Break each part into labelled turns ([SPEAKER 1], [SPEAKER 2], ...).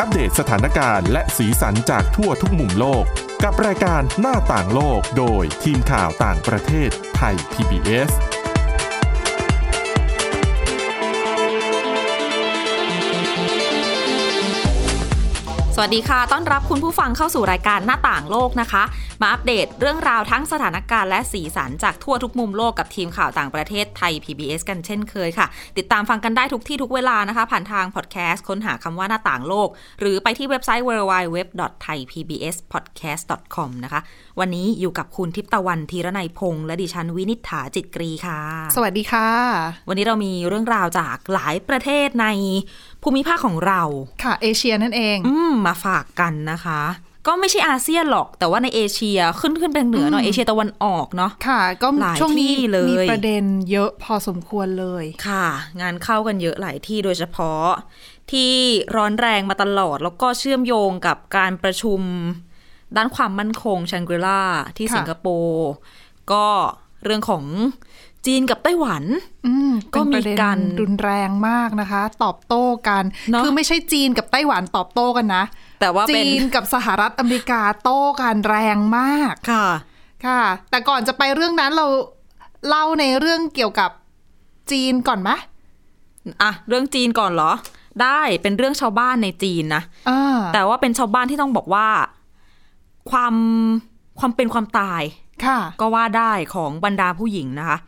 [SPEAKER 1] อัปเดตสถานการณ์และสีสันจากทั่วทุกมุมโลก กับรายการหน้าต่างโลกโดยทีมข่าวต่างประเทศไทย PBS
[SPEAKER 2] สวัสดีค่ะ ต้อนรับคุณผู้ฟังเข้าสู่รายการหน้าต่างโลกนะคะ มาอัปเดตเรื่องราวทั้งสถานการณ์และสีสันจากทั่วทุกมุมโลกกับทีมข่าวต่างประเทศไทย PBS กันเช่นเคยค่ะ ติดตามฟังกันได้ทุกที่ทุกเวลานะคะ ผ่านทางพอดแคสต์ค้นหาคำว่าหน้าต่างโลก หรือไปที่เว็บไซต์ www.thaipbspodcast.com นะคะ วันนี้อยู่กับคุณทิพย์ตะวันธีรนัยพงษ์และดิฉันวินิษฐาจิตกรีค่ะ
[SPEAKER 3] สวัสดีค่ะ
[SPEAKER 2] วันนี้เรามีเรื่องราวจากหลายประเทศในภูมิภาคของเรา
[SPEAKER 3] ค่ะ เอเชียนั่นเอง
[SPEAKER 2] อืมมาฝากกันนะคะ ก็ไม่ใช่อาเซียนหรอก แต่ว่าในเอเชียขึ้นขึ้นเป็นเหนือหน่อยเอเชียตะวันออกเนาะ
[SPEAKER 3] ค่ะ ก็
[SPEAKER 2] หลาย
[SPEAKER 3] ช่วงนี้
[SPEAKER 2] ที่เลย
[SPEAKER 3] มีประเด็นเยอะพอสมควรเลย
[SPEAKER 2] ค่ะ งานเข้ากันเยอะหลายที่โดยเฉพาะ ที่ร้อนแรงมาตลอดแล้วก็เชื่อมโยงกับการประชุม ด้านความมั่นคงชังกรีลาที่
[SPEAKER 3] ค่ะ
[SPEAKER 2] สิงคโปร์ก็เรื่องของจีนกับไต้หวัน
[SPEAKER 3] อืม
[SPEAKER 2] ก็มี
[SPEAKER 3] เป็นประเด็น
[SPEAKER 2] การ
[SPEAKER 3] รุนแรงมากนะคะ ตอบโต้กัน
[SPEAKER 2] เนอะ
[SPEAKER 3] คือไม่ใช่จีนกับไต้หวันตอบโต้กันนะ
[SPEAKER 2] แต่ว่าเป็
[SPEAKER 3] จี
[SPEAKER 2] น
[SPEAKER 3] นกับสหรัฐอเมริกาโต้กันแรงมาก
[SPEAKER 2] ค่ะ
[SPEAKER 3] ค่ะ แต่ก่อนจะไปเรื่องนั้นเราเล่าในเรื่องเกี่ยวกับจีนก่อนไหม
[SPEAKER 2] อ่ะ เรื่องจีนก่อนเหรอ ได้เป็นเรื่องชาวบ้านในจีนนะ
[SPEAKER 3] อ่า
[SPEAKER 2] แต่ว่าเป็นชาวบ้านที่ต้องบอกว่า ความความเป็นความตาย
[SPEAKER 3] ค่ะ
[SPEAKER 2] ก็ว่าได้ของบรรดาผู้หญิงนะคะ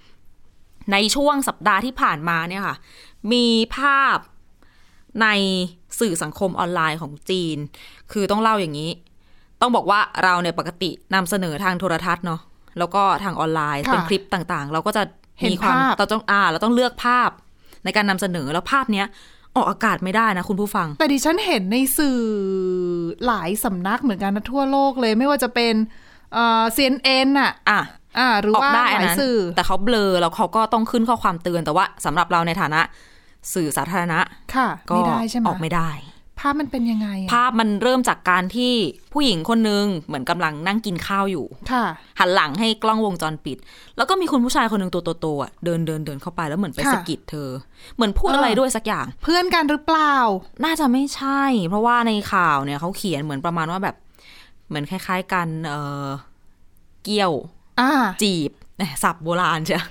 [SPEAKER 2] ในช่วงสัปดาห์ที่ผ่านมาเนี่ยค่ะ มีภาพในสื่อสังคมออนไลน์ของจีน คือต้องเล่าอย่างนี้ ต้องบอกว่าเราเนี่ยปกตินำเสนอทางโทรทัศน์เนาะแล้วก็ทางออนไลน์
[SPEAKER 3] ค่ะ
[SPEAKER 2] เป็นคลิปต่างๆ เราก็จะมีความ
[SPEAKER 3] เห็นภาพ
[SPEAKER 2] เราต้องอ่าเราต้องเลือกภาพในการนำเสนอแล้วภาพเนี้ยออกอากาศไม่ได้นะคุณผู้ฟัง
[SPEAKER 3] แต่ดิฉันเห็นในสื่อหลายสำนักเหมือนกันนะทั่วโลกเลยไม่ว่าจะเป็นเอ่อ CNN น่ะ
[SPEAKER 2] อ่ะ
[SPEAKER 3] อ่าหรือ
[SPEAKER 2] ออก
[SPEAKER 3] ว่า
[SPEAKER 2] ได้
[SPEAKER 3] ห
[SPEAKER 2] อัน
[SPEAKER 3] ลาย
[SPEAKER 2] นั้น
[SPEAKER 3] สื่อ
[SPEAKER 2] แต่เขาเบลอแล้วเขาก็ต้องขึ้นข้อความเตือนแต่ว่าสำหรับเราในฐานะ สื่อสาธารณะ
[SPEAKER 3] ค่ะ
[SPEAKER 2] ก็
[SPEAKER 3] ไม่ได้ใช่ไหม
[SPEAKER 2] ออกไม่ได้
[SPEAKER 3] ภาพมันเป็นยังไงอะ
[SPEAKER 2] ภาพมันเริ่มจากการที่ผู้หญิงคนนึงเหมือนกำลังนั่งกินข้าวอยู่
[SPEAKER 3] ค่ะ
[SPEAKER 2] หันหลังให้กล้องวงจรปิด แล้วก็มีคุณผู้ชายคนหนึ่งตัวโตๆอ่ะเดินเดินเดินเข้าไปแล้วเหมือนไป
[SPEAKER 3] ค่ะ
[SPEAKER 2] สะกิดเธอ เหมือนพูด
[SPEAKER 3] เอออ
[SPEAKER 2] อะไรด้วยสักอย่าง
[SPEAKER 3] เพื่อนกันหรือเปล่า
[SPEAKER 2] น่าจะไม่ใช่ เพราะว่าในข่าวเนี่ยเขาเขียนเหมือนประมาณว่าแบบ เหมือนคล้าย ๆกันเออเกี่ยว
[SPEAKER 3] อ่า
[SPEAKER 2] จีบ แหมศัพท์โบราณเชียว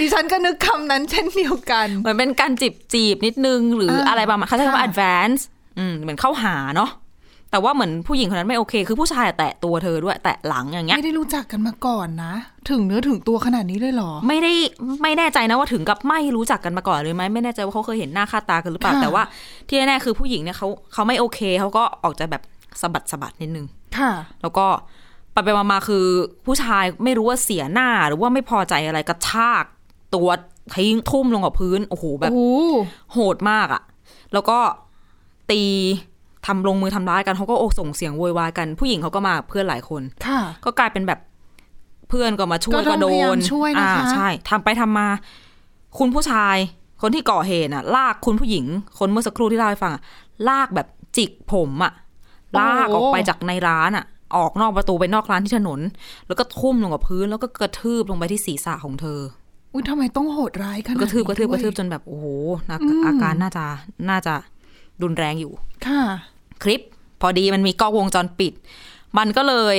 [SPEAKER 3] ดิฉันก็นึกคำนั้นเช่นเดียวกัน
[SPEAKER 2] เหมือนเป็นการจีบจีบนิดนึง หรือ
[SPEAKER 3] เอออ
[SPEAKER 2] อะไรประมาณเขาใช้คำว่า
[SPEAKER 3] ค่ะ
[SPEAKER 2] advance อืมเหมือนเข้าหาเนาะแต่ว่าเหมือนผู้หญิงคนนั้นไม่โอเค คือผู้ชายอะแตะตัวเธอด้วยแตะหลังอย่างเงี้ย
[SPEAKER 3] ไม่ได้รู้จักกันมาก่อนนะ ถึงเนื้อถึงตัวขนาดนี้เลยเหรอ
[SPEAKER 2] ไม่ได้ไม่แน่ใจนะว่าถึงกับไม่รู้จักกันมาก่อนหรือไหมไม่แน่ใจว่าเขาเคยเห็นหน้าค่าตากันหรือเปล่า
[SPEAKER 3] ค่ะ
[SPEAKER 2] แต่ว่าที่แน่ๆคือผู้หญิงเนี่ยเขาเขาไม่โอเคเขาก็ออกจะแบบสะบัดสะบัดนิดนึง
[SPEAKER 3] ค่ะ
[SPEAKER 2] แล้วก็ไปไปมาๆคือผู้ชายไม่รู้ว่าเสียหน้าหรือว่าไม่พอใจอะไรกระชากตัวทิ้งทุ่มลงกับพื้นโอ้โหแบบ
[SPEAKER 3] โอ้
[SPEAKER 2] โหดมากอะ่ะ แล้วก็ตีทำลงมือทำร้ายกันเขาก็โอส่งเสียงโวยวายกัน ผู้หญิงเขาก็มาเพื่อนหลายคน
[SPEAKER 3] ค่ะ
[SPEAKER 2] ก็กลายเป็นแบบเพื่อนก็มาช่วย
[SPEAKER 3] ก็
[SPEAKER 2] ก็
[SPEAKER 3] ต้
[SPEAKER 2] โด
[SPEAKER 3] องพยายาม
[SPEAKER 2] น
[SPEAKER 3] ช่วยนะคะ
[SPEAKER 2] อ่าใช่ทำไปทำมา คุณผู้ชาย คนที่ก่อเหตุอ่ะ ลากคุณผู้หญิง คนเมื่อสักครู่ที่เล่าให้ฟังอะลากแบบจิกผมอ่ะ ลากออกไปจากในร้านอ่ะ ออกนอกประตูไปนอกร้านที่ถนน แล้วก็ทุ่มลงกับพื้น แล้วก็กระทืบลงไปที่ศีรษะของเธอ
[SPEAKER 3] อุ้ยทำไมต้องโหดร้ายขนาด
[SPEAKER 2] กระทืบก
[SPEAKER 3] นี้
[SPEAKER 2] ระทืบก
[SPEAKER 3] ด้วย
[SPEAKER 2] ระทืบจนแบบโอ้โหน่า
[SPEAKER 3] อืม
[SPEAKER 2] อาการน่าจะน่าจะรุนแรงอยู่
[SPEAKER 3] ค่ะ
[SPEAKER 2] คลิป พอดีมันมีกล้องวงจรปิด มันก็เลย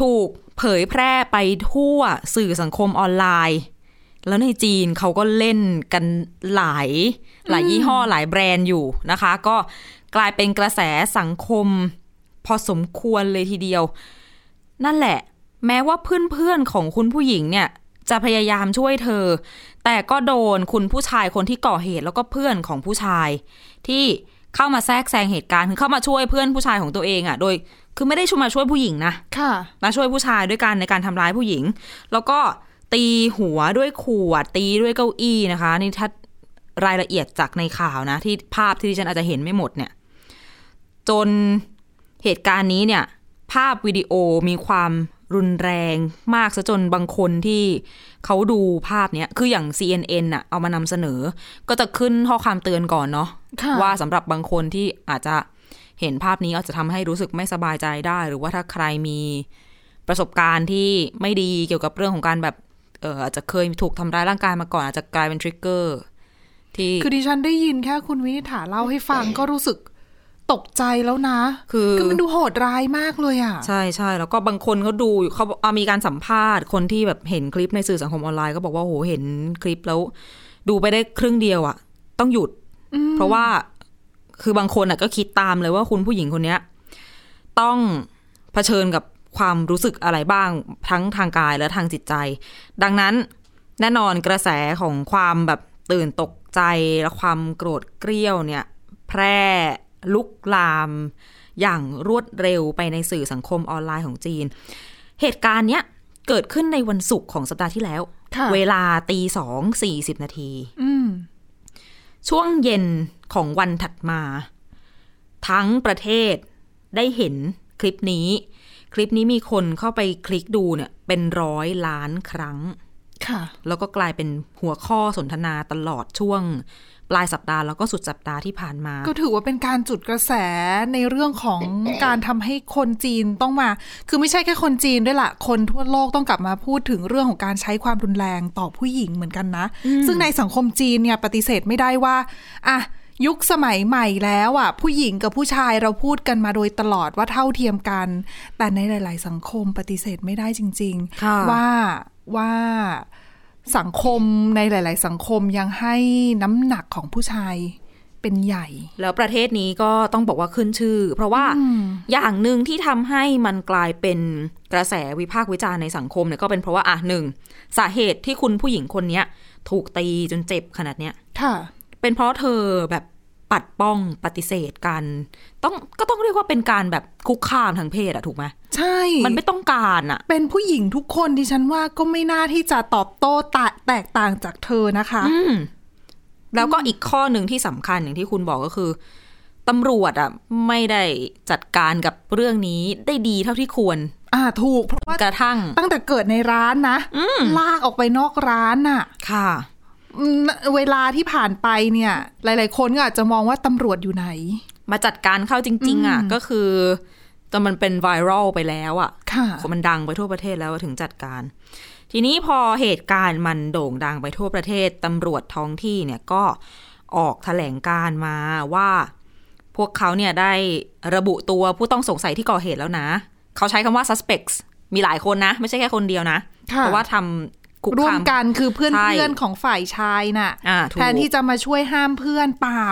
[SPEAKER 2] ถูกเผยแพร่ไปทั่วสื่อสังคมออนไลน์ แล้วในจีนเขาก็เล่นกันหลายหลายยี่ห้อหลายแบรนด์อยู่นะคะ ก็กลายเป็นกระแสสังคม พอสมควรเลยทีเดียว นั่นแหละ แม้ว่าเพื่อนๆของคุณผู้หญิงเนี่ย จะพยายามช่วยเธอ แต่ก็โดนคุณผู้ชายคนที่ก่อเหตุแล้วก็เพื่อนของผู้ชาย ที่เข้ามาแทรกแซงเหตุการณ์คือเข้ามาช่วยเพื่อนผู้ชายของตัวเองอะ่ะ โดยคือไม่ได้ช่วยมาช่วยผู้หญิงนะ
[SPEAKER 3] ค่ะ
[SPEAKER 2] มาช่วยผู้ชายด้วยกันในการทำร้ายผู้หญิง แล้วก็ตีหัวด้วยขวดตีด้วยเก้าอี้นะคะนี่ถ้ารายละเอียดจากในข่าวนะ ที่ภาพที่ดิฉันอาจจะเห็นไม่หมดเนี่ย จนเหตุการณ์นี้เนี่ย ภาพวิดีโอมีความรุนแรงมากซะจนบางคนที่เขาดูภาพเนี้ยคืออย่าง CNN น่ะเอามานำเสนอ ก็จะขึ้นข้อความเตือนก่อนเนาะ
[SPEAKER 3] ค่ะ
[SPEAKER 2] ว่าสำหรับบางคนที่อาจจะเห็นภาพนี้อาจจะทำให้รู้สึกไม่สบายใจได้ หรือว่าถ้าใครมีประสบการณ์ที่ไม่ดีเกี่ยวกับเรื่องของการแบบเอออาจจะเคยถูกทำร้ายร่างกายมาก่อนอาจจะกลายเป็นทริกเกอร์ที่
[SPEAKER 3] คือดิฉันได้ยินแค่คุณวินิษฐาเล่าให้ฟังก็รู้สึก ตกใจแล้วนะ
[SPEAKER 2] คือ
[SPEAKER 3] คือมันดูโหดร้ายมากเลยอ่ะ
[SPEAKER 2] ใช่ใช่แล้วก็บางคนเขาดูอยู่เขาบอกอ่ะมีการสัมภาษณ์คนที่แบบเห็นคลิปในสื่อสังคมออนไลน์ก็บอกว่าโหเห็นคลิปแล้ว ดูไปได้ครึ่งเดียวอะต้องหยุด เพราะว่าคือบางคนอะก็คิดตามเลยว่าคุณผู้หญิงคนเนี้ย ต้องเผชิญกับความรู้สึกอะไรบ้างทั้งทางกายและทางจิตใจ ดังนั้นแน่นอนกระแสของความแบบตื่นตกใจและความโกรธเกรี้ยวเนี่ย แพร่ลุกลาม อย่างรวดเร็วไปในสื่อสังคมออนไลน์ของจีน เหตุการณ์เนี้ยเกิดขึ้นในวันศุกร์ของสัปดาห์ที่แล้ว
[SPEAKER 3] ค่ะ
[SPEAKER 2] เวลาตีสองสี่สิบนาที
[SPEAKER 3] อืม
[SPEAKER 2] ช่วงเย็นของวันถัดมา ทั้งประเทศได้เห็นคลิปนี้ คลิปนี้มีคนเข้าไปคลิกดูเนี่ยเป็นร้อยล้านครั้ง
[SPEAKER 3] ค่ะ
[SPEAKER 2] แล้วก็กลายเป็นหัวข้อสนทนาตลอดช่วง ปลายสัปดาห์แล้วก็สุดสัปดาห์ที่ผ่านมา
[SPEAKER 3] ก็ถือว่าเป็นการจุดกระแสในเรื่อง ของ การทำให้คนจีนต้องมา คือไม่ใช่แค่คนจีนด้วยละคนทั่วโลกต้องกลับมาพูดถึงเรื่องของการใช้ความรุนแรงต่อผู้หญิงเหมือนกันนะ ซึ่งในสังคมจีนเนี่ยปฏิเสธไม่ได้ว่าอ่ะยุคสมัยใหม่แล้วอ่ะผู้หญิงกับผู้ชายเราพูดกันมาโดยตลอดว่าเท่าเทียมกัน แต่ในหลาย ๆ สังคมปฏิเสธไม่ได้จริง
[SPEAKER 2] ค่ะ
[SPEAKER 3] ๆ ว่าว่า สังคมในหลาย ๆ สังคมยังให้น้ำหนักของผู้ชายเป็นใหญ่
[SPEAKER 2] แล้วประเทศนี้ก็ต้องบอกว่าขึ้นชื่อ เพราะว่าอย่างหนึ่งที่ทำให้มันกลายเป็นกระแสวิพากษ์วิจารณ์ในสังคมเนี่ยก็เป็นเพราะว่าอ่ะหนึ่งสาเหตุที่คุณผู้หญิงคนเนี้ยถูกตีจนเจ็บขนาดเนี้ย
[SPEAKER 3] ค่ะ
[SPEAKER 2] เป็นเพราะเธอแบบปัดป้องปฏิเสธกัน ต้องก็ต้องเรียกว่าเป็นการแบบคุกคามทางเพศอะถูกไหม
[SPEAKER 3] ใช่
[SPEAKER 2] มันไม่ต้องการอะ
[SPEAKER 3] เป็นผู้หญิงทุกคนที่ฉันว่าก็ไม่น่าที่จะตอบโต้ตะแตกต่างจากเธอนะคะ
[SPEAKER 2] อืมแล้วก็อีกข้อหนึ่งที่สำคัญอย่างที่คุณบอกก็คือตำรวจอะไม่ได้จัดการกับเรื่องนี้ได้ดีเท่าที่ควร
[SPEAKER 3] อ่าถูกเพราะว่าก
[SPEAKER 2] ระทั่ง
[SPEAKER 3] ตั้งแต่เกิดในร้านนะลากออกไปนอกร้านน่ะ
[SPEAKER 2] ค่ะ
[SPEAKER 3] อืมเวลาที่ผ่านไปเนี่ย หลาย ๆ คนก็อาจจะมองว่าตำรวจอยู่ไหน
[SPEAKER 2] มาจัดการเข้าจริง ๆอะก็คือจนมันเป็นไวรัลไปแล้วอะ
[SPEAKER 3] ค่ะ
[SPEAKER 2] คนมันดังไปทั่วประเทศแล้วถึงจัดการ ทีนี้พอเหตุการณ์มันโด่งดังไปทั่วประเทศตำรวจท้องที่เนี่ยก็ออกแถลงการณ์มาว่า พวกเขาเนี่ยได้ระบุตัวผู้ต้องสงสัยที่ก่อเหตุแล้วนะ เขาใช้คำว่า suspects มีหลายคนนะ ไม่ใช่แค่คนเดียวนะ
[SPEAKER 3] ค่ะ
[SPEAKER 2] เพราะว่าทำคุก
[SPEAKER 3] ร่ว
[SPEAKER 2] คาม ม
[SPEAKER 3] กันคือเพื่อน
[SPEAKER 2] ใช่
[SPEAKER 3] เพื่อนของฝ่ายชายน่ะ
[SPEAKER 2] อ่าถูก
[SPEAKER 3] แทนที่จะมาช่วยห้ามเพื่อนเปล่า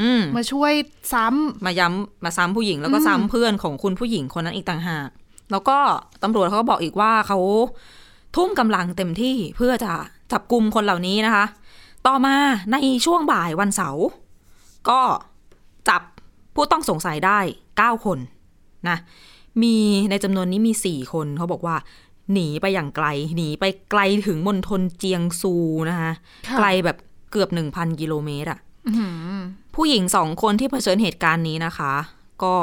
[SPEAKER 2] อืม
[SPEAKER 3] มาช่วยซ้ำ
[SPEAKER 2] มาย้ำมาซ้ำผู้หญิงแล้วก็ซ้ำเพื่อนของคุณผู้หญิงคนนั้นอีกต่างหาก แล้วก็ตำรวจเขาก็บอกอีกว่าเขาทุ่มกำลังเต็มที่เพื่อจะจับกลุ่มคนเหล่านี้นะคะ ต่อมาในช่วงบ่ายวันเสาร์ก็จับผู้ต้องสงสัยได้ 9 คนนะมีในจำนวนนี้มี 4 คนเขาบอกว่า หนีไปอย่างไกล หนีไปไกลถึงมณฑลเจียงซูนะคะ
[SPEAKER 3] ค่ะ
[SPEAKER 2] ไกลแบบเกือบ 1,000 กิโลเมตรอะ ผู้หญิงสองคนที่เผชิญเหตุการณ์นี้นะคะ ก็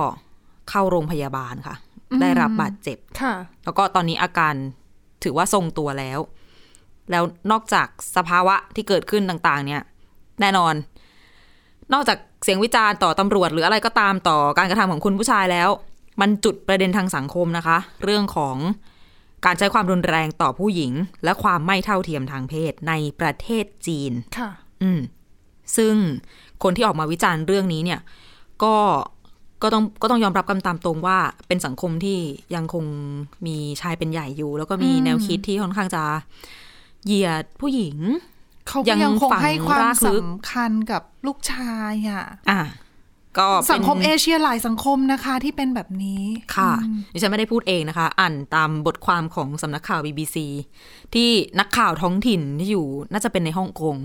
[SPEAKER 2] เข้าโรงพยาบาลค่ะ ได้รับบาดเจ็บ
[SPEAKER 3] ค่ะ
[SPEAKER 2] แล้วก็ตอนนี้อาการถือว่าทรงตัวแล้ว แล้วนอกจากสภาวะที่เกิดขึ้นต่างๆ เนี่ย แน่นอน นอกจากเสียงวิจารณ์ต่อตำรวจ หรืออะไรก็ตามต่อการกระทำของคุณผู้ชายแล้ว มันจุดประเด็นทางสังคมนะคะ เรื่องของการใช้ความรุนแรงต่อผู้หญิง และความไม่เท่าเทียมทางเพศในประเทศจีน
[SPEAKER 3] ค่ะ
[SPEAKER 2] อืมซึ่งคนที่ออกมาวิจารณ์เรื่องนี้เนี่ย ก็ก็ต้องก็ต้องยอมรับกันตามตรงว่าเป็นสังคมที่ยังคงมีชายเป็นใหญ่อยู่ แล้วก็มีแนวคิดที่ค่อนข้างจะเหยียดผู้หญิง
[SPEAKER 3] เขา
[SPEAKER 2] ยั
[SPEAKER 3] ก็
[SPEAKER 2] ง
[SPEAKER 3] ยังคง
[SPEAKER 2] ฝัง
[SPEAKER 3] ให้ความ
[SPEAKER 2] รากลึก
[SPEAKER 3] สำคัญกับลูกชายอ่ะ
[SPEAKER 2] อ่ะก็ป็น
[SPEAKER 3] สังคมเอเชียหลายสังคมนะคะที่เป็นแบบนี้
[SPEAKER 2] ค่ะดิฉันไม่ได้พูดเองนะคะ อ่านตามบทความของสำนักข่าว BBC ที่นักข่าวท้องถิ่นที่อยู่น่าจะเป็นในฮ่องกง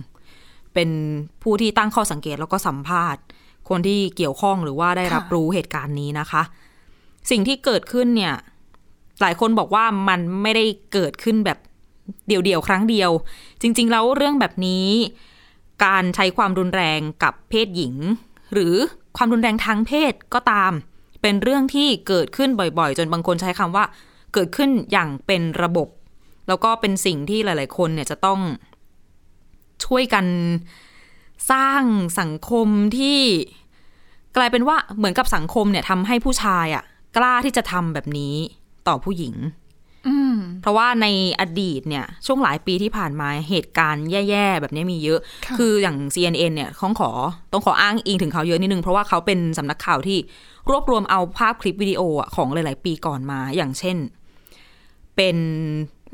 [SPEAKER 2] เป็นผู้ที่ตั้งข้อสังเกตแล้วก็สัมภาษณ์ คนที่เกี่ยวข้องหรือว่าได้รับรู้เหตุการณ์นี้นะคะ สิ่งที่เกิดขึ้นเนี่ย หลายคนบอกว่ามันไม่ได้เกิดขึ้นแบบเดี่ยวๆครั้งเดียว จริง ๆ แล้วเรื่องแบบนี้ การใช้ความรุนแรงกับเพศหญิง หรือความรุนแรงทางเพศก็ตาม เป็นเรื่องที่เกิดขึ้นบ่อยๆ จนบางคนใช้คำว่า เกิดขึ้นอย่างเป็นระบบ แล้วก็เป็นสิ่งที่หลาย ๆ คนเนี่ยจะต้อง ช่วยกันสร้างสังคมที่กลายเป็นว่าเหมือนกับสังคมเนี่ยทำให้ผู้ชายอะกล้าที่จะทำแบบนี้ต่อผู้หญิง
[SPEAKER 3] อืม ม
[SPEAKER 2] เพราะว่าในอดีตเนี่ยช่วงหลายปีที่ผ่านมาเหตุการณ์แย่ๆ แบบนี้มีเยอะ
[SPEAKER 3] ค่ะ
[SPEAKER 2] ออย่าง CNN เนี่ยต้องขอต้องขออ้างอิงถึงเขาเยอะนิดนึง เพราะว่าเขาเป็นสำนักข่าวที่รวบรวมเอาภาพคลิปวิดีโออะของหลายๆ ปีก่อนมาอย่างเช่น เป็น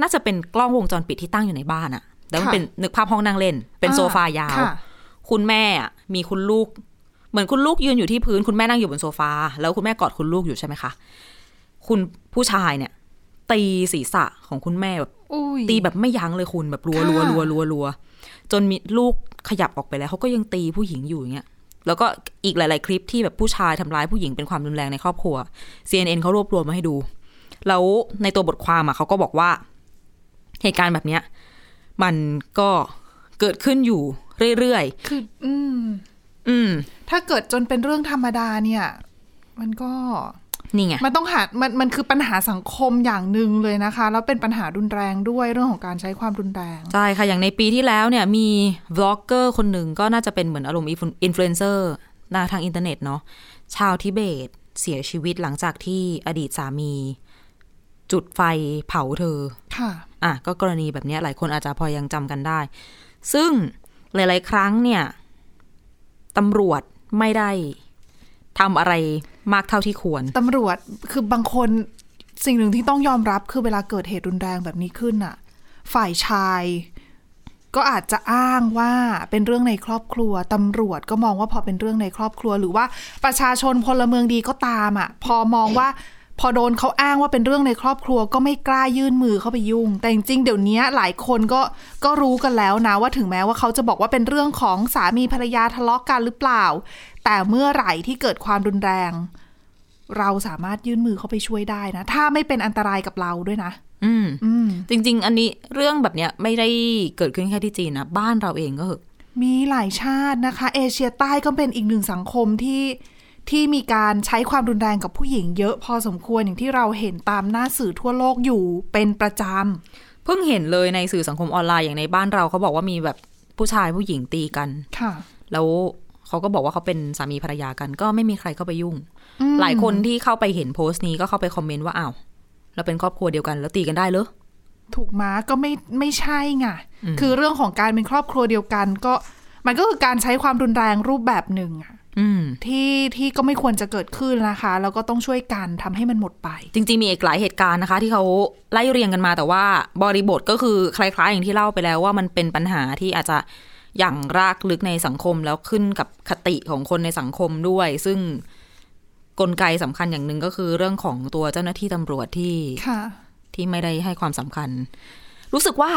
[SPEAKER 2] น่าจะเป็นกล้องวงจรปิดที่ตั้งอยู่ในบ้านอะแล้วมันเป็นนึกภาพห้องนั่งเล่น เป็นโซฟายาว
[SPEAKER 3] ค่ะ
[SPEAKER 2] คุณแม่อะมีคุณลูก เหมือนคุณลูกยืนอยู่ที่พื้น คุณแม่นั่งอยู่บนโซฟา แล้วคุณแม่กอดคุณลูกอยู่ใช่ไหมคะ คุณผู้ชายเนี่ย ตีศีรษะของคุณแม่แบบ
[SPEAKER 3] อุ้ย
[SPEAKER 2] ตีแบบไม่ยั้งเลยคุณแบบรัว
[SPEAKER 3] ค่ะ
[SPEAKER 2] รัวรัวรัวรัวจนมีลูกขยับออกไปแล้วเขาก็ยังตีผู้หญิงอยู่อย่างเงี้ยแล้วก็อีกหลาย ๆ คลิปที่แบบผู้ชายทำร้ายผู้หญิงเป็นความรุนแรงในครอบครัว CNN เขารวบรวมมาให้ดู แล้วในตัวบทความอ่ะเขาก็บอกว่า เหตุการณ์แบบเนี้ยมันก็เกิดขึ้นอยู่เรื่อย
[SPEAKER 3] คือ อืม
[SPEAKER 2] ๆอืม
[SPEAKER 3] ถ้าเกิดจนเป็นเรื่องธรรมดาเนี่ย มันก็
[SPEAKER 2] นี่ไง
[SPEAKER 3] มันต้องหา มันมันคือปัญหาสังคมอย่างหนึ่งเลยนะคะ แล้วเป็นปัญหารุนแรงด้วยเรื่องของการใช้ความรุนแรง
[SPEAKER 2] ใช่ค่ะ อย่างในปีที่แล้วเนี่ยมีบล็อกเกอร์คนหนึ่งก็น่าจะเป็นเหมือนอารมณ์อินฟลูเอนเซอร์นะทางอินเทอร์เน็ตเนาะชาวทิเบตเสียชีวิตหลังจากที่อดีตสามี จุดไฟเผาเธอ
[SPEAKER 3] ค่ะ
[SPEAKER 2] อ่ะก็กรณีแบบเนี้ยหลายคนอาจจะพอยังจำกันได้ ซึ่งหลาย ๆ ครั้งเนี่ยตำรวจไม่ได้ทำอะไรมากเท่าที่ควร
[SPEAKER 3] ตำรวจคือบางคนสิ่งหนึ่งที่ต้องยอมรับคือเวลาเกิดเหตุรุนแรงแบบนี้ขึ้นน่ะ ฝ่ายชาย ก็อาจจะอ้างว่าเป็นเรื่องในครอบครัวตำรวจก็มองว่าพอเป็นเรื่องในครอบครัว หรือว่าประชาชนพลเมืองดีก็ตามอ่ะ พอมองว่า พอโดนเขาอ้างว่าเป็นเรื่องในครอบครัว ก็ไม่กล้ายื่นมือเข้าไปยุ่ง แต่จริงๆเดี๋ยวนี้หลายคนก็ก็รู้กันแล้วนะว่าถึงแม้ว่าเขาจะบอกว่าเป็นเรื่องของสามีภรรยาทะเลาะกันหรือเปล่า แต่เมื่อไหร่ที่เกิดความรุนแรง เราสามารถยื่นมือเข้าไปช่วยได้นะ ถ้าไม่เป็นอันตรายกับเราด้วยนะ
[SPEAKER 2] อืม
[SPEAKER 3] อืม
[SPEAKER 2] จริง ๆ อันนี้เรื่องแบบเนี้ยไม่ได้เกิดขึ้นแค่ที่จีนนะบ้านเราเองก็เหอะ
[SPEAKER 3] มีหลายชาตินะคะ เอเชียใต้ก็เป็นอีกหนึ่งสังคมที่ที่มีการใช้ความรุนแรงกับผู้หญิงเยอะพอสมควรอย่างที่เราเห็นตามหน้าสื่อทั่วโลกอยู่เป็นประจ
[SPEAKER 2] เพิ่งเห็นเลยในสื่อสังคมออนไลน์อย่างในบ้านเราเขาบอกว่ามีแบบผู้ชายผู้หญิงตีกัน
[SPEAKER 3] ำค่ะ
[SPEAKER 2] แล้วเขาก็บอกว่าเขาเป็นสามีภรรยากัน ก็ไม่มีใครเข้าไปยุ่ง หลายคนที่เข้าไปเห็นโพสต์นี้ก็เข้าไปคอมเมนต์ว่าอ้าวเราเป็นครอบครัวเดียวกันแล้วตีกันได้เหรอ
[SPEAKER 3] ถูกม้าก็ไม่ไม่ใช่ไงคือเรื่องของการเป็นครอบครัวเดียวกันก็ มันก็คือการใช้ความรุนแรงรูปแบบหนึ่งอะ
[SPEAKER 2] อืม
[SPEAKER 3] ที่ที่ก็ไม่ควรจะเกิดขึ้นนะคะ แล้วก็ต้องช่วยกันทำให้มันหมดไป
[SPEAKER 2] จริงๆมีอีกหลายเหตุการณ์นะคะ ที่เขาไล่เรียงกันมาแต่ว่าบริบทก็คือคล้ายๆอย่างที่เล่าไปแล้วว่ามันเป็นปัญหาที่อาจจะอย่างรากลึกในสังคมแล้วขึ้นกับคติของคนในสังคมด้วย ซึ่งกลไกสำคัญอย่างหนึ่งก็คือเรื่องของตัวเจ้าหน้าที่ตำรวจที่
[SPEAKER 3] ค่ะ
[SPEAKER 2] ที่ไม่ได้ให้ความสำคัญ รู้สึกว่า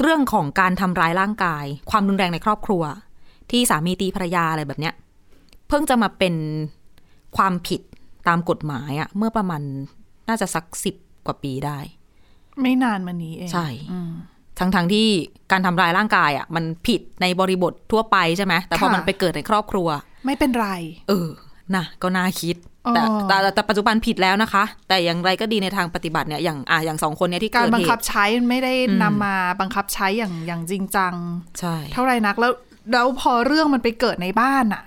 [SPEAKER 2] เรื่องของการทำร้ายร่างกาย ความรุนแรงในครอบครัว ที่สามีตีภรรยาอะไรแบบเนี้ย เพิ่งจะมาเป็นความผิดตามกฎหมายอะเมื่อประมาณน่าจะสักสิบกว่าปีได้
[SPEAKER 3] ไม่นานมานี้เอง
[SPEAKER 2] ใช่ทั้งทงๆที่การทำร้ายร่างกายอะมันผิดในบริบททั่วไปใช่ไหมแต่พอมันไปเกิดในครอบครัว
[SPEAKER 3] ไม่เป็นไร
[SPEAKER 2] เออ นะ ก็น่าคิด
[SPEAKER 3] อ๋อ
[SPEAKER 2] แต่แตแต่แต่ปัจจุบันผิดแล้วนะคะ แต่อย่างไรก็ดีในทางปฏิบัติเนี่ย อย่างอ่ะอย่างสองคนเนี่ยที่
[SPEAKER 3] กา
[SPEAKER 2] เกิ
[SPEAKER 3] ร
[SPEAKER 2] ด
[SPEAKER 3] บัง
[SPEAKER 2] เห
[SPEAKER 3] คับ
[SPEAKER 2] ตุ
[SPEAKER 3] ใช้มันไม่ได้
[SPEAKER 2] อืม
[SPEAKER 3] นำมาบังคับใช้อย่างอย่างจริงจัง
[SPEAKER 2] ใช่
[SPEAKER 3] เท่าไหร่นักแล้วแล้วพอเรื่องมันไปเกิดในบ้านน่ะ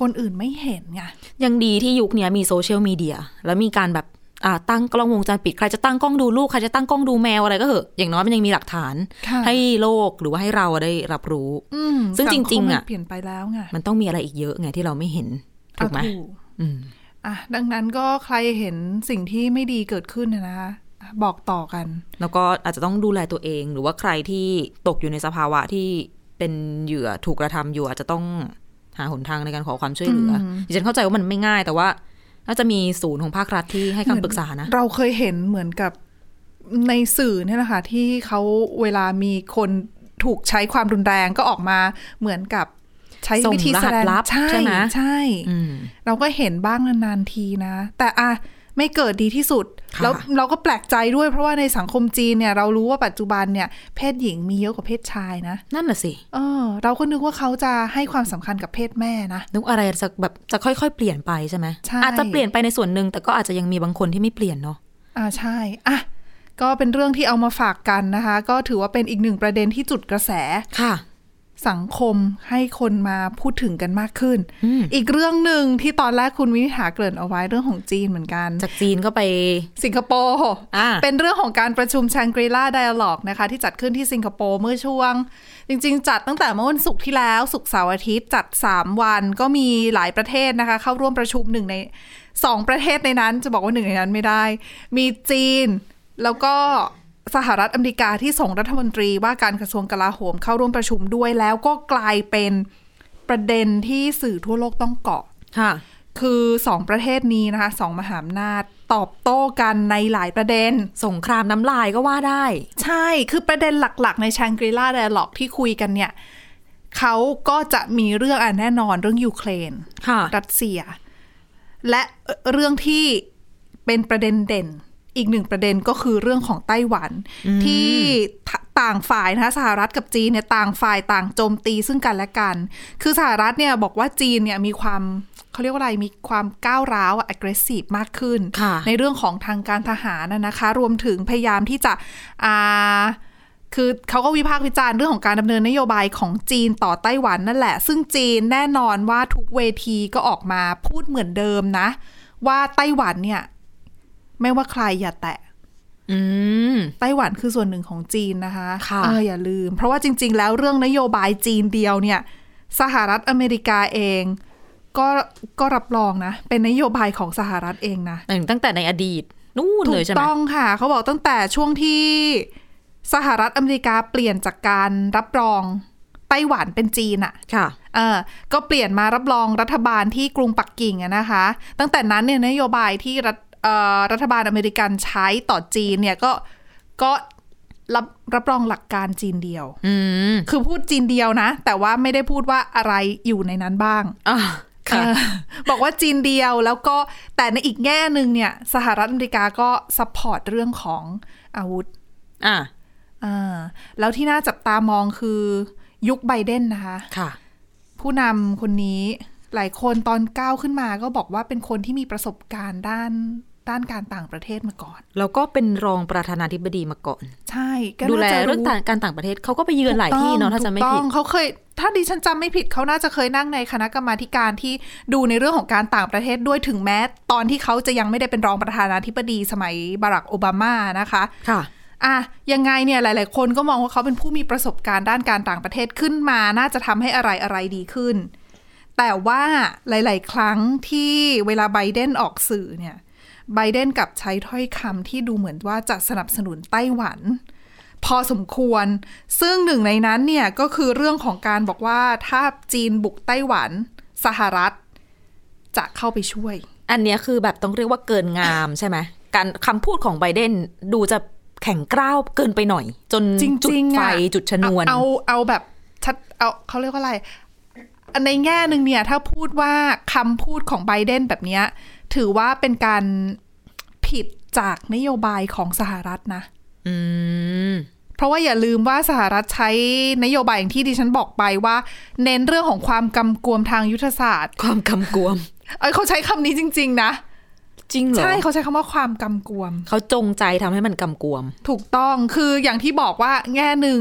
[SPEAKER 3] คนอื่นไม่เห็นไง
[SPEAKER 2] ยังดีที่ยุคเนี้ยมีโซเชียลมีเดีย แล้วมีการแบบ อ่ะตั้งกล้องวงจรปิด ใครจะตั้งกล้องดูลูก ใครจะตั้งกล้องดูแมวอะไรก็เหอะ อย่างน้อยมันยังมีหลักฐาน
[SPEAKER 3] ค่ะ
[SPEAKER 2] ให้โลกหรือว่าให้เราได้รับรู้
[SPEAKER 3] อืม
[SPEAKER 2] ซึ่งจริงๆ
[SPEAKER 3] สัคมมัน
[SPEAKER 2] อะ
[SPEAKER 3] เปลี่ยนไปแล้วไง
[SPEAKER 2] มันต้องมีอะไรอีกเยอะไงที่เราไม่เห็น ถูกไหม
[SPEAKER 3] อ่ะถูก
[SPEAKER 2] อืม
[SPEAKER 3] อ่ะดังนั้นก็ใครเห็นสิ่งที่ไม่ดีเกิดขึ้นนะนะคะบอกต่อกัน
[SPEAKER 2] แล้วก็อาจจะต้องดูแลตัวเองหรือว่าใครที่ตกอยู่ในสภาวะที่เป็นเหยื่อถูกกระทำอยู่อาจจะต้องหาหนทางในการขอความช่วยเหลืออดิฉันเข้าใจว่ามันไม่ง่ายแต่ว่าน่าจะมีศูนย์ของภาครัฐที่ให้คำปรึกษานะ
[SPEAKER 3] เราเคยเห็นเหมือนกับในสื่อเนี่ยแหละค่ะที่เขาเวลามีคนถูกใช้ความรุนแรงก็ออกมาเหมือนกับใช้วิธีแสดง
[SPEAKER 2] ส่งรหัสลับ
[SPEAKER 3] ใช่
[SPEAKER 2] ใช่ไหม
[SPEAKER 3] ใช่
[SPEAKER 2] อืม
[SPEAKER 3] เราก็เห็นบ้างนานๆทีนะ แต่อะไม่เกิดดีที่สุด
[SPEAKER 2] ค่ะ
[SPEAKER 3] แล้วเราก็แปลกใจด้วยเพราะว่าในสังคมจีนเนี่ย เรารู้ว่าปัจจุบันเนี่ย เพศหญิงมีเยอะกว่าเพศชายนะ
[SPEAKER 2] นั่นน่ะสิ
[SPEAKER 3] เออ เราก็นึกว่าเขาจะให้ความสำคัญกับเพศแม่นะ
[SPEAKER 2] นึกอะไรจะแบบจะค่อยๆ เปลี่ยนไปใช่ไหม
[SPEAKER 3] ใช่
[SPEAKER 2] อาจจะเปลี่ยนไปในส่วนหนึ่งแต่ก็อาจจะยังมีบางคนที่ไม่เปลี่ยนเนาะ
[SPEAKER 3] อ่าใช่อ่ะก็เป็นเรื่องที่เอามาฝากกันนะคะ ก็ถือว่าเป็นอีกหนึ่งประเด็นที่จุดกระแส
[SPEAKER 2] ค่ะ
[SPEAKER 3] สังคมให้คนมาพูดถึงกันมากขึ้น
[SPEAKER 2] อืม
[SPEAKER 3] อีกเรื่องหนึ่งที่ตอนแรกคุณวินิหาเกริ่นเอาไว้เรื่องของจีนเหมือนกัน
[SPEAKER 2] จากจีนก็ไป
[SPEAKER 3] สิงคโปร์
[SPEAKER 2] อ่า
[SPEAKER 3] เป็นเรื่องของการประชุมชังกรีลาไดอะล็อกนะคะ ที่จัดขึ้นที่สิงคโปร์เมื่อช่วง จริงๆ จัดตั้งแต่เมื่อวันศุกร์ที่แล้วศุกร์เสาร์อาทิตย์จัด 3 วันก็มีหลายประเทศนะคะ เข้าร่วมประชุมหนึ่งใน 2 ประเทศในนั้น จะบอกว่าหนึ่งในนั้นไม่ได้ มีจีน แล้วก็สหรัฐอเมริกาที่ส่งรัฐมนตรีว่าการกระทรวงกลาโหมเข้าร่วมประชุมด้วยแล้วก็กลายเป็นประเด็นที่สื่อทั่วโลกต้องเกาะ
[SPEAKER 2] ค่ะ
[SPEAKER 3] คือสองประเทศนี้นะคะสองมหาอำนาจตอบโต้กันในหลายประเด็น
[SPEAKER 2] สงครามน้ำลายก็ว่าได้
[SPEAKER 3] ใช่คือประเด็นหลักๆ ในชังกรีลาไดอะล็อกที่คุยกันเนี่ยเขาก็จะมีเรื่องอันแน่นอนเรื่องยูเครน
[SPEAKER 2] ค่ะ
[SPEAKER 3] รัสเซีย และเอ่อเรื่องที่เป็นประเด็นเด่น อีกหนึ่งประเด็นก็คือเรื่องของไต้หวัน ที่ทะต่างฝ่ายนะคะสหรัฐกับจีนเนี่ยต่างฝ่ายต่างโจมตีซึ่งกันและกัน คือสหรัฐเนี่ยบอกว่าจีนเนี่ยมีความเขาเรียกว่าอะไรมีความก้าวร้าวอะ aggressive มากขึ้น
[SPEAKER 2] ค่ะ
[SPEAKER 3] ในเรื่องของทางการทหารนะนะคะ รวมถึงพยายามที่จะอ่า คือเขาก็วิพากษ์วิจารณ์เรื่องของการดำเนินนโยบายของจีนต่อไต้หวันนั่นแหละ ซึ่งจีนแน่นอนว่าทุกเวทีก็ออกมาพูดเหมือนเดิมนะ ว่าไต้หวันเนี่ย ไม่ว่าใครอย่าแตะ
[SPEAKER 2] อืม
[SPEAKER 3] ไต้หวันคือส่วนหนึ่งของจีนนะคะ
[SPEAKER 2] ค่ะ
[SPEAKER 3] เอออย่าลืม เพราะว่าจริง ๆ แล้วเรื่องนโยบายจีนเดียวเนี่ย สหรัฐอเมริกาเอง ก็ก็รับรองนะ เป็นนโยบายของสหรัฐเองนะ
[SPEAKER 2] หนึ่งตั้งแต่ในอดีต นู่นเลยใช่ไหม
[SPEAKER 3] ถูกต้องค่ะ เขาบอกตั้งแต่ช่วงที่สหรัฐอเมริกาเปลี่ยนจากการรับรองไต้หวันเป็นจีนอะ
[SPEAKER 2] ค่ะ
[SPEAKER 3] เออก็เปลี่ยนมารับรองรัฐบาลที่กรุงปักกิ่งอะนะคะ ตั้งแต่นั้นเนี่ยนโยบายที่รัฐเอ่อรัฐบาลอเมริกันใช้ต่อจีนเนี่ยก็ก็รับรับรองหลักการจีนเดียว
[SPEAKER 2] อืม
[SPEAKER 3] คือพูดจีนเดียวนะ แต่ว่าไม่ได้พูดว่าอะไรอยู่ในนั้นบ้าง
[SPEAKER 2] อ่ะค่ะ
[SPEAKER 3] เออ บอกว่าจีนเดียวแล้วก็แต่ในอีกแง่หนึ่งเนี่ยสหรัฐอเมริกาก็ซัพพอร์ตเรื่องของอาวุธ
[SPEAKER 2] อ่ะ
[SPEAKER 3] อ่าแล้วที่น่าจับตามองคือยุคไบเดนนะคะ
[SPEAKER 2] ค่ะ
[SPEAKER 3] ผู้นำคนนี้หลายคนตอนก้าวขึ้นมาก็บอกว่าเป็นคนที่มีประสบการณ์ด้านด้านการต่างประเทศมาก่อน
[SPEAKER 2] แล้วก็เป็นรองประธานาธิบดีมาก่อน
[SPEAKER 3] ใช่ก็
[SPEAKER 2] ดู
[SPEAKER 3] น่า
[SPEAKER 2] แล
[SPEAKER 3] จะ
[SPEAKER 2] เรื่องต่างการต่างประเทศเขาก็ไปเยือนหลายที่เนาะถ้าจะไม่
[SPEAKER 3] ถูก
[SPEAKER 2] ผิ
[SPEAKER 3] ต้
[SPEAKER 2] ด
[SPEAKER 3] องเขาเคย ถ้าดิฉันจำไม่ผิดเขาน่าจะเคยนั่งในคณะกรรมาธิการที่ดูในเรื่องของการต่างประเทศด้วยถึงแม้ ตอนที่เขาจะยังไม่ได้เป็นรองประธานาธิบดีสมัยบารักโอบามานะคะ
[SPEAKER 2] ค่ะ
[SPEAKER 3] อ่ะยังไงเนี่ยหลาย ๆ คนก็มองว่าเขาเป็นผู้มีประสบการณ์ด้านการต่างประเทศขึ้นมา น่าจะทำให้อะไรอะไรดีขึ้น แต่ว่าหลาย ๆ ครั้งที่เวลาไบเดนออกสื่อเนี่ยไบเดนกลับใช้ถ้อยคำที่ดูเหมือนว่าจะสนับสนุนไต้หวัน พอสมควร ซึ่งหนึ่งในนั้นเนี่ยก็คือเรื่องของการบอกว่าถ้าจีนบุกไต้หวัน สหรัฐจะเข้าไปช่วย
[SPEAKER 2] อันเนี้ยคือแบบต้องเรียกว่าเกินงาม ใช่ไหม การคำพูดของไบเดนดูจะแข็งกร้าวเกินไปหน่อย จน
[SPEAKER 3] จริงๆ
[SPEAKER 2] จุดไฟ
[SPEAKER 3] อะ
[SPEAKER 2] จุดชนวน
[SPEAKER 3] เอาเอาเอาแบบชัดเอาเขาเรียกว่าอะไร ในแง่หนึ่งเนี่ยถ้าพูดว่าคำพูดของไบเดนแบบเนี้ยถือว่าเป็นการผิดจากนโยบายของสหรัฐนะ
[SPEAKER 2] อืม
[SPEAKER 3] เพราะว่าอย่าลืมว่าสหรัฐใช้นโยบายอย่างที่ดิฉันบอกไปว่า เน้นเรื่องของความกำกวมทางยุทธศาสตร์
[SPEAKER 2] ความกำกวม
[SPEAKER 3] เอ้ยเขาใช้คำนี้จริง ๆ นะ
[SPEAKER 2] จริงเหรอ
[SPEAKER 3] ใช่เขาใช้คำว่าความกำกวม
[SPEAKER 2] เขาจงใจทำให้มันกำกวม
[SPEAKER 3] ถูกต้องคืออย่างที่บอกว่าแง่หนึ่ง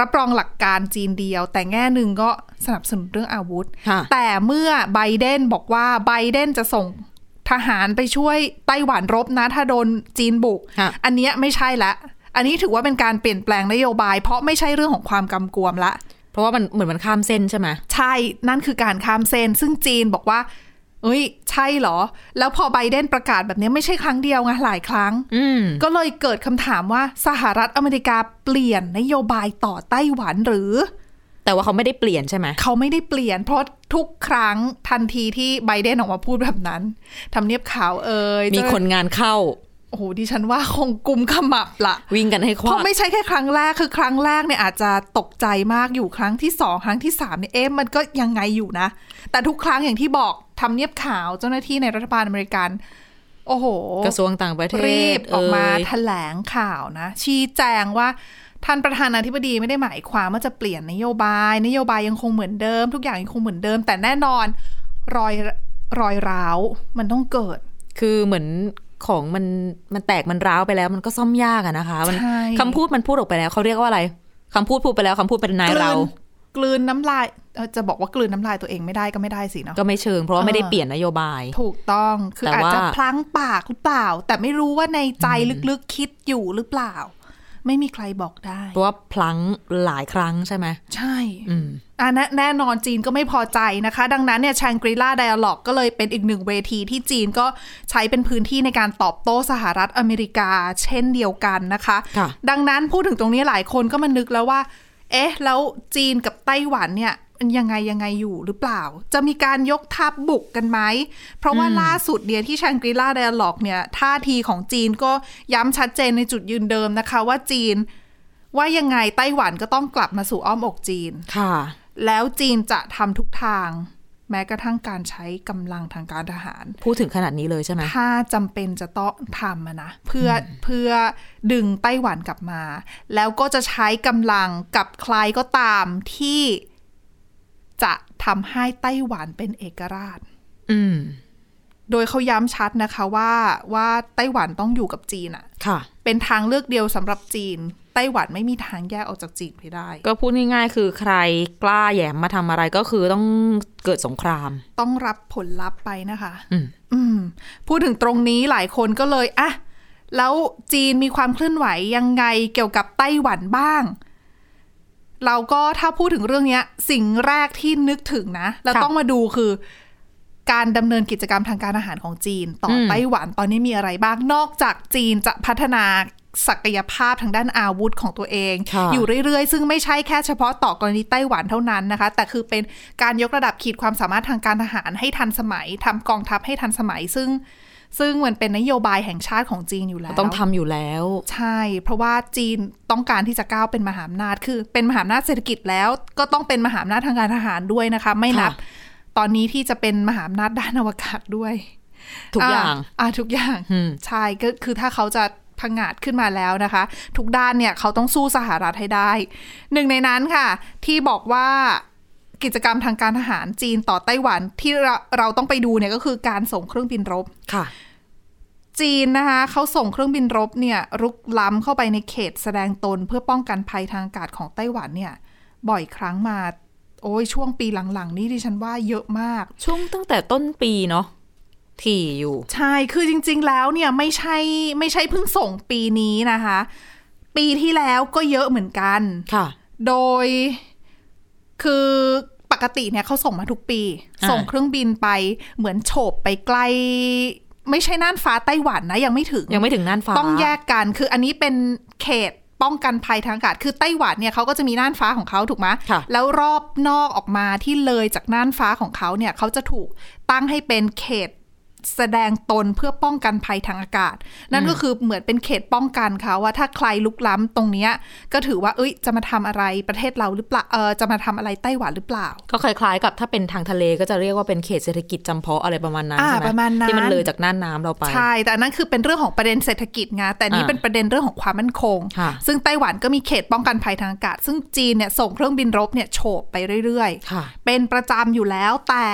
[SPEAKER 3] รับรองหลักการจีนเดียว แต่แง่หนึ่งก็สนับสนุนเรื่องอาวุธ
[SPEAKER 2] ค่ะ
[SPEAKER 3] แต่เมื่อไบเดนบอกว่าไบเดนจะส่งทหารไปช่วยไต้หวันรบนะ ถ้าโดนจีนบุก
[SPEAKER 2] ค่ะ
[SPEAKER 3] อันเนี้ยไม่ใช่ละ อันนี้ถือว่าเป็นการเปลี่ยนแปลงนโยบาย เพราะไม่ใช่เรื่องของความกำกวมละ
[SPEAKER 2] เพราะว่ามันเหมือนมันข้ามเส้นใช่ไหม
[SPEAKER 3] ใช่นั่นคือการข้ามเส้นซึ่งจีนบอกว่า เอ้ย ใช่เหรอ แล้วพอไบเดนประกาศแบบเนี้ยไม่ใช่ครั้งเดียวไงหลายครั้ง
[SPEAKER 2] อืม
[SPEAKER 3] ก็เลยเกิดคำถามว่าสหรัฐอเมริกาเปลี่ยนนโยบายต่อไต้หวันหรือ
[SPEAKER 2] แต่ว่าเขาไม่ได้เปลี่ยนใช่ไหม
[SPEAKER 3] เขาไม่ได้เปลี่ยน เพราะทุกครั้งทันทีที่ไบเดนออกมาพูดแบบนั้นทำเนียบขาวเอ่ย
[SPEAKER 2] มีคนงานเข้า
[SPEAKER 3] โอ้โหดิฉันว่าคงกุมขมับละ
[SPEAKER 2] วิ่งกันให้ค
[SPEAKER 3] เพ
[SPEAKER 2] ว้า
[SPEAKER 3] ราะไม่ใช่แค่ครั้งแรกคือครั้งแรกเนี่ยอาจจะตกใจมากอยู่ครั้งที่สองครั้งที่สามเนี่ยเอ๊ะมันก็ยังไงอยู่นะ แต่ทุกครั้งอย่างที่บอกทำเนียบขาวเจ้าหน้าที่ในรัฐบาลอเมริกัน โอ้โห
[SPEAKER 2] กระทรวงต่างประเทศ
[SPEAKER 3] รีบออกมา
[SPEAKER 2] เย
[SPEAKER 3] แถลงข่าวนะ ชี้แจงว่าท่านประธานาธิบดีไม่ได้หมายความว่าจะเปลี่ยนนโยบาย นโยบายยังคงเหมือนเดิม ทุกอย่างยังคงเหมือนเดิม แต่แน่นอนรอยรอยร้าว มันต้องเกิด
[SPEAKER 2] คือเหมือนของมันมันแตกมันร้าวไปแล้ว มันก็ซ่อมยากอะนะคะมัน
[SPEAKER 3] ใช่
[SPEAKER 2] คำพูดมันพูดออกไปแล้วเขาเรียกว่าอะไรคำพูดพูดไปแล้วคำพูดเป็นนายเรา
[SPEAKER 3] กลืนน้ำลายเอ่อจะบอกว่ากลืนน้ำลายตัวเองไม่ได้ก็ไม่ได้สิเนาะ
[SPEAKER 2] ก็ไม่เชิง เพราะว่าไม่ได้
[SPEAKER 3] เออ
[SPEAKER 2] เปลี่ยนนโยบาย
[SPEAKER 3] ถูกต้องคือ
[SPEAKER 2] แต่
[SPEAKER 3] อาจ
[SPEAKER 2] ว่า
[SPEAKER 3] จะพลั้งปากหรือเปล่า แต่ไม่รู้ว่าในใจลึกๆคิดอยู่หรือเปล่า ไม่มีใครบอกได้
[SPEAKER 2] เพราะว่าพลั้งหลายครั้งใช่ไหม
[SPEAKER 3] ใช่
[SPEAKER 2] อืม
[SPEAKER 3] อ่ะแน่แน่นอนจีนก็ไม่พอใจนะคะ ดังนั้นเนี่ยชางกรีลาไดอะล็อกก็เลยเป็นอีกหนึ่งเวทีที่จีนก็ใช้เป็นพื้นที่ในการตอบโต้สหรัฐอเมริกา เช่นเดียวกันนะคะ
[SPEAKER 2] ค่ะ
[SPEAKER 3] ดังนั้นพูดถึงตรงนี้หลายคนก็มานึกแล้วว่า เอ๊ะ แล้วจีนกับไต้หวันเนี่ยมันยังไงยังไงอยู่หรือเปล่า จะมีการยกทัพบุกกันไหม เพราะว่าล่าสุดเนี่ยที่ชังกรีลาไดอะล็อกเนี่ยท่าทีของจีนก็ย้ำชัดเจนในจุดยืนเดิมนะคะ ว่าจีนว่ายังไงไต้หวันก็ต้องกลับมาสู่อ้อมอกจีน
[SPEAKER 2] ค่ะ
[SPEAKER 3] แล้วจีนจะทำทุกทาง แม้กระทั่งการใช้กำลังทางการทหาร
[SPEAKER 2] พูดถึงขนาดนี้เลยใช่ไหม
[SPEAKER 3] ถ้าจำเป็นจะต้องทำอะนะเพื่อเพื่อดึงไต้หวันกลับมา แล้วก็จะใช้กำลังกับใครก็ตามที่จะทำให้ไต้หวันเป็นเอกราช
[SPEAKER 2] อืม
[SPEAKER 3] โดยเขาย้ำชัดนะคะว่าว่าไต้หวันต้องอยู่กับจีนอะ
[SPEAKER 2] ค่ะ
[SPEAKER 3] เป็นทางเลือกเดียวสำหรับจีน ไต้หวันไม่มีทางแยกออกจากจีนไปได้
[SPEAKER 2] ก็พูดง่ายๆ คือใครกล้าแหยมมาทำอะไรก็คือต้องเกิดสงคราม
[SPEAKER 3] ต้องรับผลลัพธ์ไปนะคะ
[SPEAKER 2] อืม
[SPEAKER 3] อืมพูดถึงตรงนี้หลายคนก็เลยอ่ะแล้วจีนมีความเคลื่อนไหวยังไงเกี่ยวกับไต้หวันบ้าง เราก็ถ้าพูดถึงเรื่องเนี้ย สิ่งแรกที่นึกถึงนะเรา
[SPEAKER 2] ค่ะ
[SPEAKER 3] ต้องมาดูคือ การดำเนินกิจกรรมทางการอาหารของจีน ต่ออไต้หวันตอนนี้มีอะไรบ้างนอกจากจีนจะพัฒนาศักยภาพทางด้านอาวุธของตัวเอง
[SPEAKER 2] ค่ะ
[SPEAKER 3] อยู่เรื่อยๆ ซึ่งไม่ใช่แค่เฉพาะต่อกรณีไต้หวันเท่านั้นนะคะ แต่คือเป็นการยกระดับขีดความสามารถทางการทหารให้ทันสมัยทำกองทัพให้ทันสมัย ซึ่งซึ่งมันเป็นนโยบายแห่งชาติของจีนอยู่แล้ว
[SPEAKER 2] ต้องทำอยู่แล้ว
[SPEAKER 3] ใช่ เพราะว่าจีนต้องการที่จะก้าวเป็นมหาอำนาจคือ เป็นมหาอำนาจเศรษฐกิจแล้ว ก็ต้องเป็นมหาอำนาจทางการทหารด้วยนะคะ ไม่นับ
[SPEAKER 2] ค่ะ
[SPEAKER 3] ตอนนี้ที่จะเป็นมหาอำนาจด้านอวกาศด้วย
[SPEAKER 2] ทุกอย่าง
[SPEAKER 3] อ่าทุกอย่าง
[SPEAKER 2] อืม
[SPEAKER 3] ใช่ก็คือถ้าเขาจะพังงาดขึ้นมาแล้วนะคะ ทุกด้านเนี่ยเขาต้องสู้สหรัฐให้ได้ หนึ่งในนั้นค่ะ ที่บอกว่ากิจกรรมทางการทหารจีนต่อไต้หวันที่เราเราต้องไปดูเนี่ยก็คือการส่งเครื่องบินรบ
[SPEAKER 2] ค่ะ
[SPEAKER 3] จีนนะคะเขาส่งเครื่องบินรบเนี่ยรุกล้ำเข้าไปในเขตแสดงตนเพื่อป้องกันภัยทางอากาศของไต้หวันเนี่ยบ่อยครั้งมา โอ้ยช่วงปีหลังๆ นี่ดิฉันว่าเยอะมาก
[SPEAKER 2] ช่วงตั้งแต่ต้นปีเนาะที่อยู่
[SPEAKER 3] ใช่ คือจริงๆ แล้วเนี่ยไม่ใช่ไม่ใช่เพิ่งส่งปีนี้นะคะ ปีที่แล้วก็เยอะเหมือนกัน
[SPEAKER 2] ค่ะ
[SPEAKER 3] โดยคือปกติเนี่ยเขาส่งมาทุกปี
[SPEAKER 2] อ่า
[SPEAKER 3] ส่งเครื่องบินไปเหมือนโฉบไปใกล้ ไม่ใช่น่านฟ้าไต้หวันนะ ยังไม่ถึง
[SPEAKER 2] ยังไม่ถึงน่านฟ้า
[SPEAKER 3] ต้องแยกกัน คืออันนี้เป็นเขตป้องกันภัยทางอากาศ คือไต้หวันเนี่ยเขาก็จะมีน่านฟ้าของเขาถูกไหม
[SPEAKER 2] ค่ะ
[SPEAKER 3] แล้วรอบนอกออกมาที่เลยจากน่านฟ้าของเขาเนี่ยเขาจะถูกตั้งให้เป็นเขตแสดงตนเพื่อป้องกันภัยทางอากาศ นั่นก็คือเหมือนเป็นเขตป้องกันเขาว่าถ้าใครลุกล้ำตรงเนี้ยก็ถือว่าเอ้ยจะมาทำอะไรประเทศเราหรือเปล่าเออจะมาทำอะไรไต้หวันหรือเปล่า
[SPEAKER 2] ก็คล้ายๆกับถ้าเป็นทางทะเลก็จะเรียกว่าเป็นเขตเศรษฐกิจจำเพาะอะไรประมาณนั้น
[SPEAKER 3] อ่า
[SPEAKER 2] ใช่ไหม
[SPEAKER 3] ประมาณนั้น
[SPEAKER 2] ที่มันเลยจากน่านน้ำเราไป
[SPEAKER 3] ใช่แต่อันนั้นคือเป็นเรื่องของประเด็นเศรษฐกิจไงแต่นี่
[SPEAKER 2] อ่า
[SPEAKER 3] เป็นประเด็นเรื่องของความมั่นคง
[SPEAKER 2] ค่ะ
[SPEAKER 3] ซึ่งไต้หวันก็มีเขตป้องกันภัยทางอากาศ ซึ่งจีนเนี่ยส่งเครื่องบินรบเนี่ยโฉบไปเรื่อย
[SPEAKER 2] ค่ะ
[SPEAKER 3] ๆ เป็นประจำอยู่แล้วแต่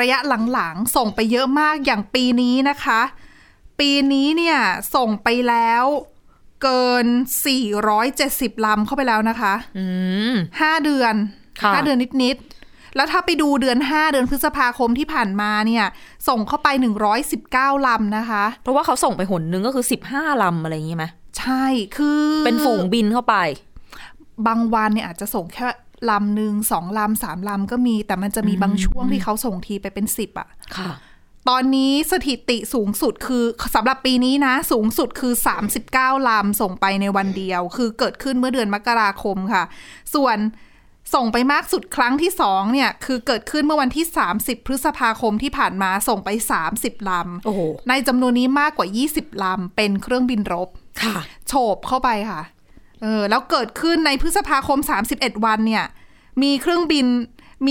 [SPEAKER 3] ระยะหลังๆ ส่งไปเยอะมากอย่างปีนี้นะคะ ปีนี้เนี่ยส่งไปแล้วเกิน 470 ลำเข้าไปแล้วนะคะ
[SPEAKER 2] อืม
[SPEAKER 3] ห้าเดือน
[SPEAKER 2] ค่ะ
[SPEAKER 3] ห้าเดือนนิดๆ แล้วถ้าไปดูเดือนห้าเดือนพฤษภาคมที่ผ่านมาเนี่ย ส่งเข้าไปหนึ่งร้อยสิบเก้าลำนะคะ
[SPEAKER 2] เพราะว่าเขาส่งไปหนนึงก็คือสิบห้าลำอะไรอย่างงี้ไหม
[SPEAKER 3] ใช่คือ
[SPEAKER 2] เป็นฝูงบินเข้าไป
[SPEAKER 3] บางวันเนี่ยอาจจะส่งแค่ลำหนึ่งสองลำสามลำก็มี แต่มันจะมีบางช่วงที่เขาส่งทีไปเป็นสิบอะ
[SPEAKER 2] ค่ะ
[SPEAKER 3] ตอนนี้สถิติสูงสุดคือสำหรับปีนี้นะ สูงสุดคือ 39 ลำส่งไปในวันเดียว คือเกิดขึ้นเมื่อเดือนมกราคมค่ะ ส่วนส่งไปมากสุดครั้งที่ 2 เนี่ย คือเกิดขึ้นเมื่อวันที่ 30 พฤษภาคมที่ผ่านมาส่งไป 30 ล
[SPEAKER 2] โอ้โห
[SPEAKER 3] ำ ในจำนวนนี้มากกว่า 20 ลำ เป็นเครื่องบินรบ
[SPEAKER 2] ค่ะ
[SPEAKER 3] โฉบเข้าไปค่ะ เออ แล้วเกิดขึ้นในพฤษภาคม 31 วันเนี่ย มีเครื่องบิน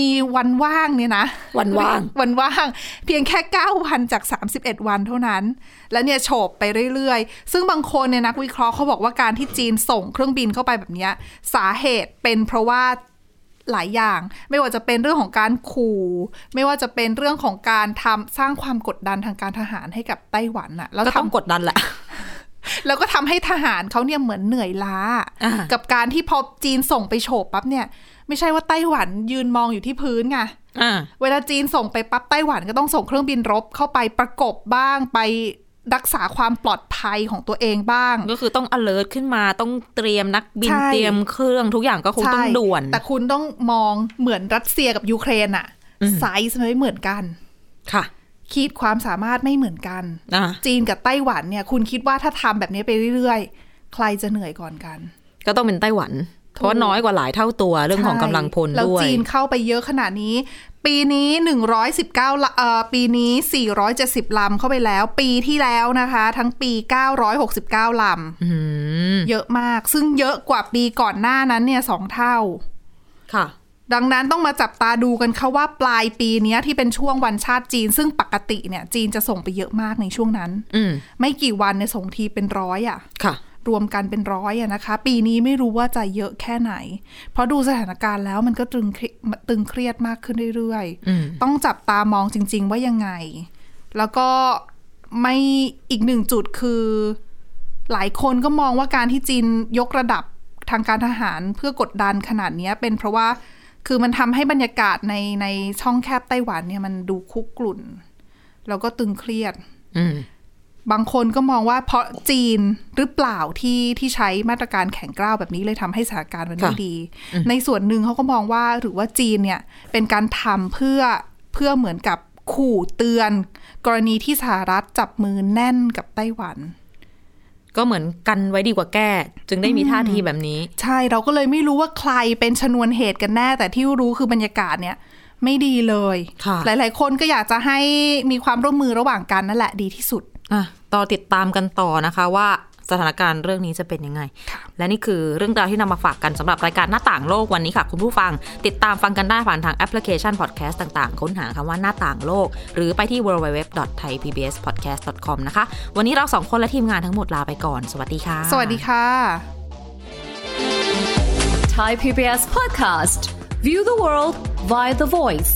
[SPEAKER 3] มีวันว่างเนี่ยนะ
[SPEAKER 2] วันว่าง
[SPEAKER 3] วันว่าง เพียงแค่ 9 วันจาก 31 วันเท่านั้น แล้วเนี่ยโฉบไปเรื่อยๆ ซึ่งบางคนเนี่ยนักวิเคราะห์เขาบอกว่าการที่จีนส่งเครื่องบินเข้าไปแบบเนี้ยสาเหตุเป็นเพราะว่าหลายอย่าง ไม่ว่าจะเป็นเรื่องของการขู่ ไม่ว่าจะเป็นเรื่องของการทำสร้างความกดดันทางการทหารให้กับไต้หวันอะแล้ว
[SPEAKER 2] ก็
[SPEAKER 3] ทำ
[SPEAKER 2] ต้องกดดันแหละ
[SPEAKER 3] แล้วก็ทำให้ทหารเขาเนี่ยเหมือนเหนื่อยล้า
[SPEAKER 2] อ่ากั
[SPEAKER 3] กับการที่พอจีนส่งไปโฉบปั๊บเนี่ย ไม่ใช่ว่าไต้หวันยืนมองอยู่ที่พื้นไง
[SPEAKER 2] อ่า
[SPEAKER 3] เวลาจีนส่งไปปั๊บไต้หวันก็ต้องส่งเครื่องบินรบเข้าไปประกบบ้างไปรักษาความปลอดภัยของตัวเองบ้าง
[SPEAKER 2] ก็คือต้อง alert ขึ้นมาต้องเตรียมนักบิน
[SPEAKER 3] ใช่
[SPEAKER 2] เตรียมเครื่องทุกอย่างก็คงต้อง
[SPEAKER 3] ใช่
[SPEAKER 2] ด่วน
[SPEAKER 3] แต่คุณต้องมองเหมือนรัสเซียกับยูเครนอะไซส์มันไม่เหมือนกัน
[SPEAKER 2] ค่ะ
[SPEAKER 3] ขีดความสามารถไม่เหมือนกัน
[SPEAKER 2] อ่ะ
[SPEAKER 3] จีนกับไต้หวันเนี่ย คุณคิดว่าถ้าทำแบบนี้ไปเรื่อยๆ ใครจะเหนื่อยก่อนกัน
[SPEAKER 2] ก็ต้องเป็นไต้หวัน เพราะว่าน้อยกว่าหลายเท่าตัวเรื่องของ
[SPEAKER 3] ใช่
[SPEAKER 2] กำลังพล
[SPEAKER 3] แล้ว
[SPEAKER 2] ด้วย
[SPEAKER 3] จีนเข้าไปเยอะขนาดนี้ ปีนี้ 119ละเอ่อปีนี้ 470 ลำเข้าไปแล้ว ปีที่แล้วนะคะ ทั้งปี 969 ล
[SPEAKER 2] อืม
[SPEAKER 3] ำ เยอะมาก ซึ่งเยอะกว่าปีก่อนหน้านั้นเนี่ยสองเท่า
[SPEAKER 2] ค่ะ
[SPEAKER 3] ดังนั้นต้องมาจับตาดูกันค่ะว่าปลายปีเนี้ยที่เป็นช่วงวันชาติจีน ซึ่งปกติเนี่ยจีนจะส่งไปเยอะมากในช่วงนั้น
[SPEAKER 2] อืม
[SPEAKER 3] ไม่กี่วันเนี่ยส่งทีเป็นร้อยอะ
[SPEAKER 2] ค่ะ
[SPEAKER 3] รวมกันเป็นร้อยอะนะคะ ปีนี้ไม่รู้ว่าจะเยอะแค่ไหน เพราะดูสถานการณ์แล้วมันก็ตึงเครียดตึงเครียดมากขึ้นเรื่อย
[SPEAKER 2] อืม
[SPEAKER 3] ต้องจับตามองจริง ๆ ว่ายังไง แล้วก็ไม่อีกหนึ่งจุดคือ หลายคนก็มองว่าการที่จีนยกระดับทางการทหารเพื่อกดดันขนาดเนี้ยเป็นเพราะว่าคือมันทำให้บรรยากาศในในช่องแคบไต้หวันเนี่ยมันดูคุกรุ่น แล้วก็ตึงเครียด
[SPEAKER 2] อืม
[SPEAKER 3] บางคนก็มองว่าเพราะจีนหรือเปล่าที่ที่ใช้มาตรการแข็งกร้าวแบบนี้เลยทำให้สถานการณ์มันไม่
[SPEAKER 2] ค่ะ
[SPEAKER 3] ดี ในส่วนหนึ่งเขาก็มองว่าหรือว่าจีนเนี่ยเป็นการทำเพื่อเพื่อเหมือนกับขู่เตือน กรณีที่สหรัฐจับมือแน่นกับไต้หวัน
[SPEAKER 2] ก็เหมือนกันไว้ดีกว่าแก้ จึงได้มีท่าทีแบบนี้
[SPEAKER 3] ใช่เราก็เลยไม่รู้ว่าใครเป็นชนวนเหตุกันแน่ แต่ที่รู้คือบรรยากาศเนี่ยไม่ดีเลย
[SPEAKER 2] ค่ะ
[SPEAKER 3] หลาย ๆ คนก็อยากจะให้มีความร่วมมือระหว่างกันนั่นแหละดีที่สุด
[SPEAKER 2] อ่ะต่อติดตามกันต่อนะคะว่าสถานการณ์เรื่องนี้จะเป็นยังไง และนี่คือเรื่องราวที่นำมาฝากกันสำหรับรายการหน้าต่างโลกวันนี้ค่ะ คุณผู้ฟัง ติดตามฟังกันได้ผ่านทางแอปพลิเคชันพอดแคสต์ต่างๆ ค้นหาคำว่าหน้าต่างโลก หรือไปที่ www.thaipbspodcast.com นะคะ วันนี้เราสองคนและทีมงานทั้งหมดลาไปก่อน สวัสดีค่ะ
[SPEAKER 3] สวัสดีค่ะ
[SPEAKER 4] Thai PBS podcast. View the world via the voice.